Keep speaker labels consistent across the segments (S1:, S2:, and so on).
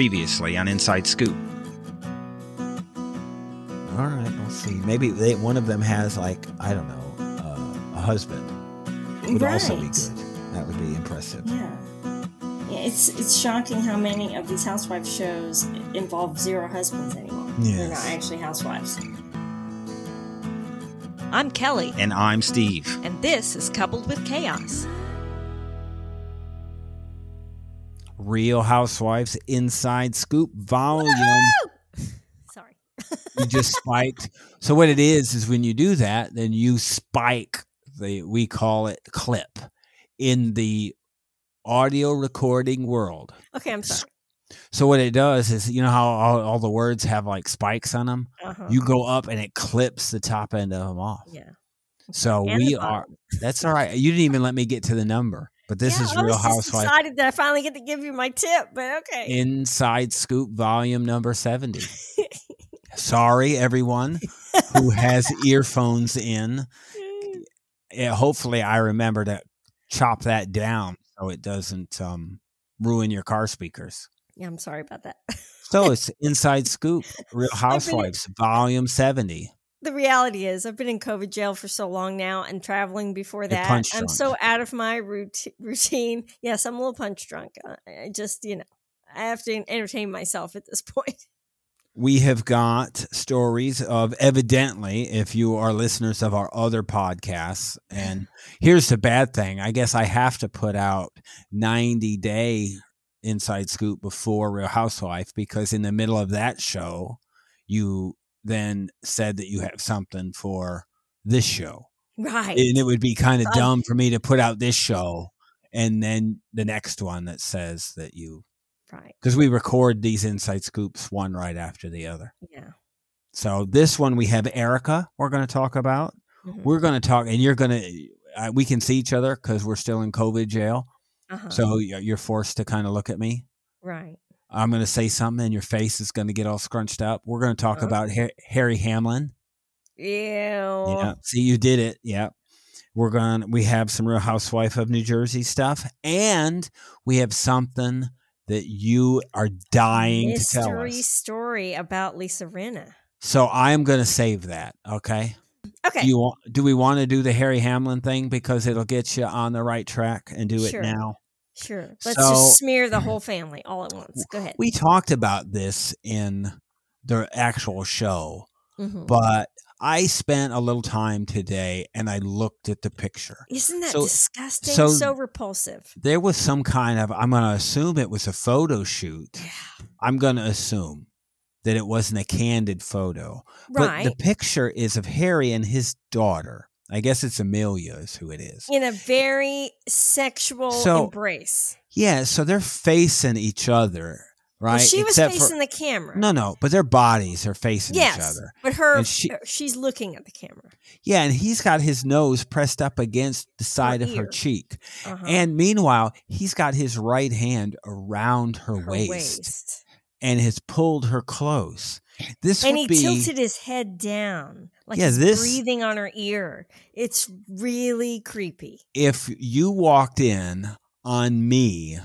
S1: previously on Inside Scoop.
S2: All right, we'll see. Maybe they, one of them has like I don't know uh, a husband. Would also be
S3: Right.
S2: good. That would be impressive.
S3: Yeah. Yeah, it's it's shocking how many of these housewife shows involve zero husbands anymore. They're
S2: Yes.
S3: not actually housewives.
S4: I'm Kelly,
S1: And I'm Steve.
S4: and this is Coupled with Chaos.
S2: Real Housewives Inside Scoop Volume.
S4: Sorry.
S2: you just spiked. So what it is is when you do that, then you spike the we call it clip in the audio recording world.
S4: Okay, I'm sorry.
S2: So what it does is you know how all, all the words have like spikes on them.
S4: Uh-huh.
S2: You go up and it clips the top end of them off.
S4: yeah.
S2: So
S4: And
S2: we
S4: the
S2: are.
S4: bottom.
S2: That's all right. You didn't even let me get to the number, but this
S4: Yeah,
S2: is
S4: I
S2: Real
S4: was just
S2: Housewives
S4: excited that I finally get to give you my tip, but okay.
S2: Inside Scoop Volume Number Seventy. Sorry, everyone who has earphones in. Yeah, hopefully, I remember to chop that down so it doesn't um, ruin your car speakers.
S4: yeah, I'm sorry about that.
S2: So it's Inside Scoop Real Housewives Volume Seventy.
S4: the reality is, I've been in COVID jail for so long now, and traveling before
S2: You're
S4: that,
S2: punch
S4: I'm
S2: drunk.
S4: so out of my rout- routine. Yes, I'm a little punch drunk. I I just, you know, I have to entertain myself at this point.
S2: we have got stories of evidently if you are listeners of our other podcasts and here's the bad thing i guess i have to put out 90 day inside scoop before real housewife because in the middle of that show you then said that you have something for this show
S4: Right.
S2: and it would be kind of
S4: Um,
S2: dumb for me to put out this show and then the next one that says that you
S4: right.
S2: because we record these inside scoops one right after the other
S4: Yeah.
S2: so this one we have Erica. We're going to talk about.
S4: Mhm.
S2: We're going to talk, and you're going to. Uh, we can see each other because we're still in COVID jail.
S4: Uh-huh.
S2: So y- you're forced to kind of look at me.
S4: right.
S2: I'm going to say something, and your face is going to get all scrunched up. We're going to talk
S4: Uh-huh.
S2: about Har- Harry Hamlin.
S4: Ew. Oh.
S2: Yeah. See, you did it. Yeah. We're going. to We have some Real Housewife of New Jersey stuff, and we have something that you are dying
S4: mystery
S2: to tell us.
S4: story about Lisa Rinna.
S2: So I'm going to save that. Okay.
S4: Okay.
S2: Do you want, do we want to do the Harry Hamlin thing because it'll get you on the right track and do
S4: Sure.
S2: it now?
S4: sure. Let's
S2: So- mm-hmm.
S4: just smear the whole family all at once. Go ahead.
S2: We talked about this in the actual show,
S4: Mhm.
S2: but I spent a little time today and I looked at the picture.
S4: Isn't that
S2: so-
S4: disgusting?
S2: so-
S4: So, repulsive.
S2: There was some kind of I'm going to assume it was a photo shoot.
S4: Yeah.
S2: I'm going to assume that it wasn't a candid photo.
S4: Right.
S2: But the picture is of Harry and his daughter. I guess it's Amelia is who it is.
S4: In a very sexual
S2: So-
S4: embrace.
S2: Yeah, so they're facing each other, right?
S4: Well, she was
S2: Except for-
S4: facing the camera.
S2: no, no, but their bodies are facing each
S4: Yes,
S2: other.
S4: but her,
S2: And she-
S4: her- she's looking at the camera.
S2: Yeah, and he's got his nose pressed up against the side of her
S4: ear.
S2: cheek,
S4: Uh-huh.
S2: and meanwhile, he's got his right hand around her,
S4: Her
S2: waist, and has pulled her close. This
S4: And
S2: would
S4: he
S2: be
S4: tilted his head down, like
S2: Yeah,
S4: he's
S2: this-
S4: breathing on her ear. It's really creepy.
S2: if you walked in on me,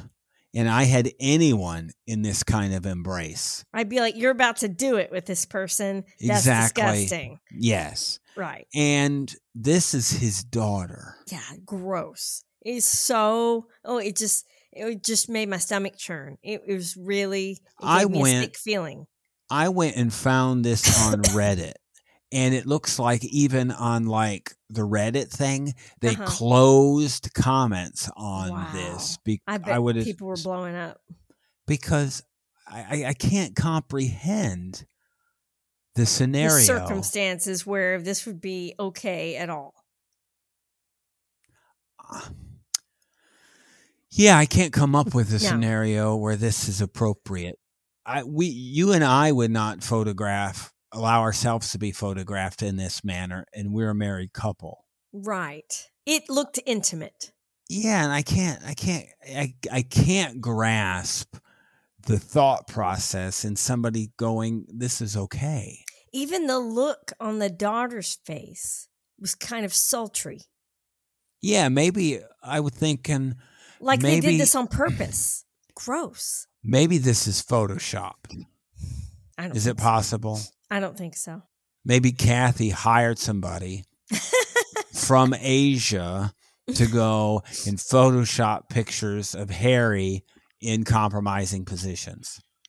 S2: and I had anyone in this kind of embrace.
S4: I'd be like, "You're about to do it with this person." That's
S2: Exactly.
S4: disgusting.
S2: Yes,
S4: Right?
S2: and this is his daughter.
S4: Yeah. Gross. It's so. Oh, it just. It just made my stomach churn. It, it was really. It gave
S2: I
S4: me
S2: went-
S4: a sick feeling.
S2: I went and found this on Reddit, and it looks like even on like the Reddit thing, they
S4: Uh-huh.
S2: closed comments on
S4: Wow.
S2: this. Be-
S4: I bet
S2: would've-
S4: people were blowing up.
S2: because I, I, I can't comprehend the
S4: The
S2: scenario.
S4: circumstances where this would be okay at all.
S2: Yeah, I can't come up with a
S4: No.
S2: scenario where this is appropriate. I we you and I would not photograph allow ourselves to be photographed in this manner and we're a married couple.
S4: Right. It looked intimate.
S2: yeah and i can't i can't i, I can't grasp the thought process and somebody going this is okay
S4: Even the look on the daughter's face was kind of sultry.
S2: yeah maybe i would think and
S4: Like they
S2: Maybe-
S4: did this on purpose. Gross.
S2: Maybe this is Photoshop.
S4: I don't
S2: Is it
S4: think so.
S2: possible?
S4: I don't think so.
S2: Maybe Kathy hired somebody from Asia to go and Photoshop pictures of Harry in compromising positions,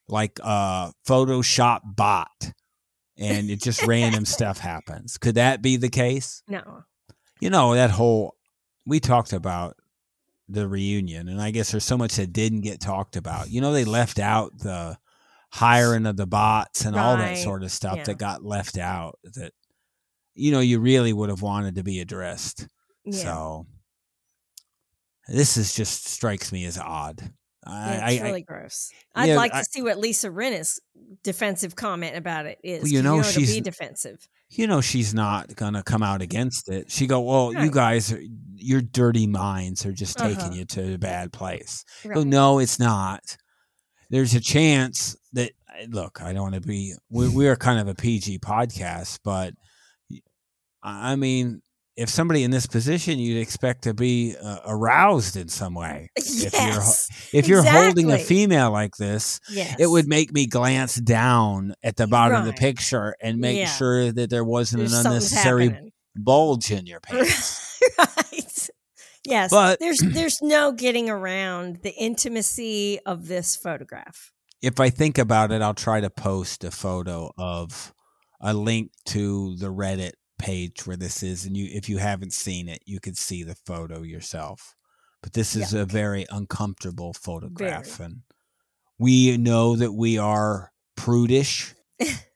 S2: like a Photoshop bot, and it just random stuff happens. Could that be the case?
S4: no.
S2: You know, that whole we talked about the reunion, and I guess there's so much that didn't get talked about. You know, they left out the hiring of the bots and all that
S4: Right.
S2: sort of stuff
S4: Yeah.
S2: that got left out that you know you really would have wanted to be addressed.
S4: Yeah.
S2: So this is just strikes me as odd. I,
S4: Yeah,
S2: I,
S4: it's
S2: I-
S4: really gross. I'd
S2: Yeah,
S4: like
S2: I-
S4: to see what Lisa Renna's defensive comment about it is.
S2: Well,
S4: 'cause
S2: you
S4: You
S2: know
S4: know, it'll
S2: she's-
S4: be defensive.
S2: you know she's not gonna come out against it. She go, well, you
S4: Right.
S2: guys, are, your dirty minds are just taking
S4: Uh-huh.
S2: you to a bad place. Go,
S4: Right.
S2: Oh, no, it's not. There's a chance that look, I don't want to be. We, we are kind of a PG podcast, but I I mean, if somebody in this position, you'd expect to be uh, aroused in some way. If you're, ho-
S4: Yes.
S2: if you're holding a
S4: Exactly.
S2: female like this,
S4: yes.
S2: it would make me glance down at the bottom of the
S4: Right.
S2: picture and make
S4: Yeah.
S2: sure that there wasn't
S4: There's
S2: an
S4: something's
S2: unnecessary
S4: happening.
S2: bulge in your pants.
S4: right. Yes.
S2: But-
S4: there's there's no getting around the intimacy of this photograph.
S2: if I think about it, I'll try to post a photo of a link to the Reddit page where this is, and you if you haven't seen it, you can see the photo yourself. But this is a very uncomfortable photograph,
S4: Very.
S2: and we know that we are prudish,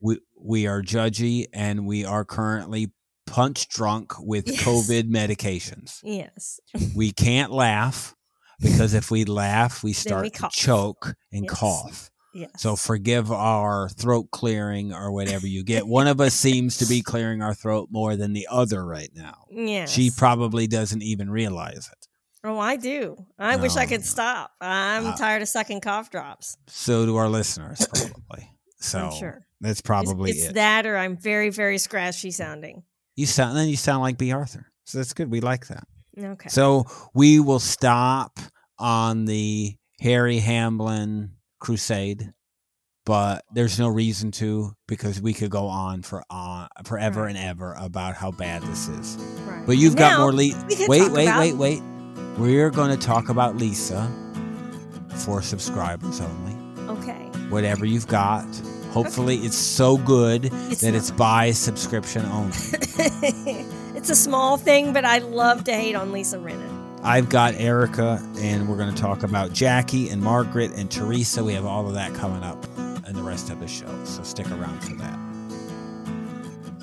S2: we we are judgy, and we are currently punch drunk with
S4: Yes.
S2: COVID medications.
S4: Yes.
S2: We can't laugh because if we laugh, we start
S4: we
S2: to
S4: cough.
S2: choke and
S4: Yes.
S2: cough.
S4: Yes.
S2: So forgive our throat clearing or whatever you get. One of us seems to be clearing our throat more than the other right now.
S4: yes.
S2: She probably doesn't even realize it.
S4: Oh, I do. I wish
S2: No,
S4: I could
S2: no.
S4: stop. I'm
S2: Uh,
S4: tired of sucking cough drops.
S2: So do our listeners probably. So
S4: I'm sure.
S2: that's
S4: It's-
S2: probably
S4: it's
S2: it.
S4: that or I'm very, very scratchy sounding.
S2: you sound then you sound like B. Arthur. So that's good. We like that.
S4: Okay.
S2: So we will stop on the Harry Hamlin crusade, but there's no reason to because we could go on for on forever
S4: Right.
S2: and ever about how bad this is.
S4: Right.
S2: But you've got
S4: Now,
S2: more. Le-
S4: we could
S2: wait,
S4: talk
S2: wait,
S4: about-
S2: wait, wait. We're going to talk about Lisa for subscribers only.
S4: Okay.
S2: Whatever you've got. Hopefully, it's so good
S4: It's
S2: that
S4: not-
S2: it's by subscription only.
S4: it's a small thing, but I love to hate on Lisa Renna.
S2: I've got Erica, and we're going to talk about Jackie and Margaret and Teresa. We have all of that coming up in the rest of the show, so stick around for that.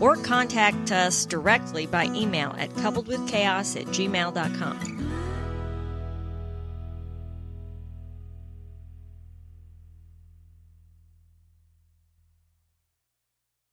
S5: or contact us directly by email at coupledwithchaos at gmail.com.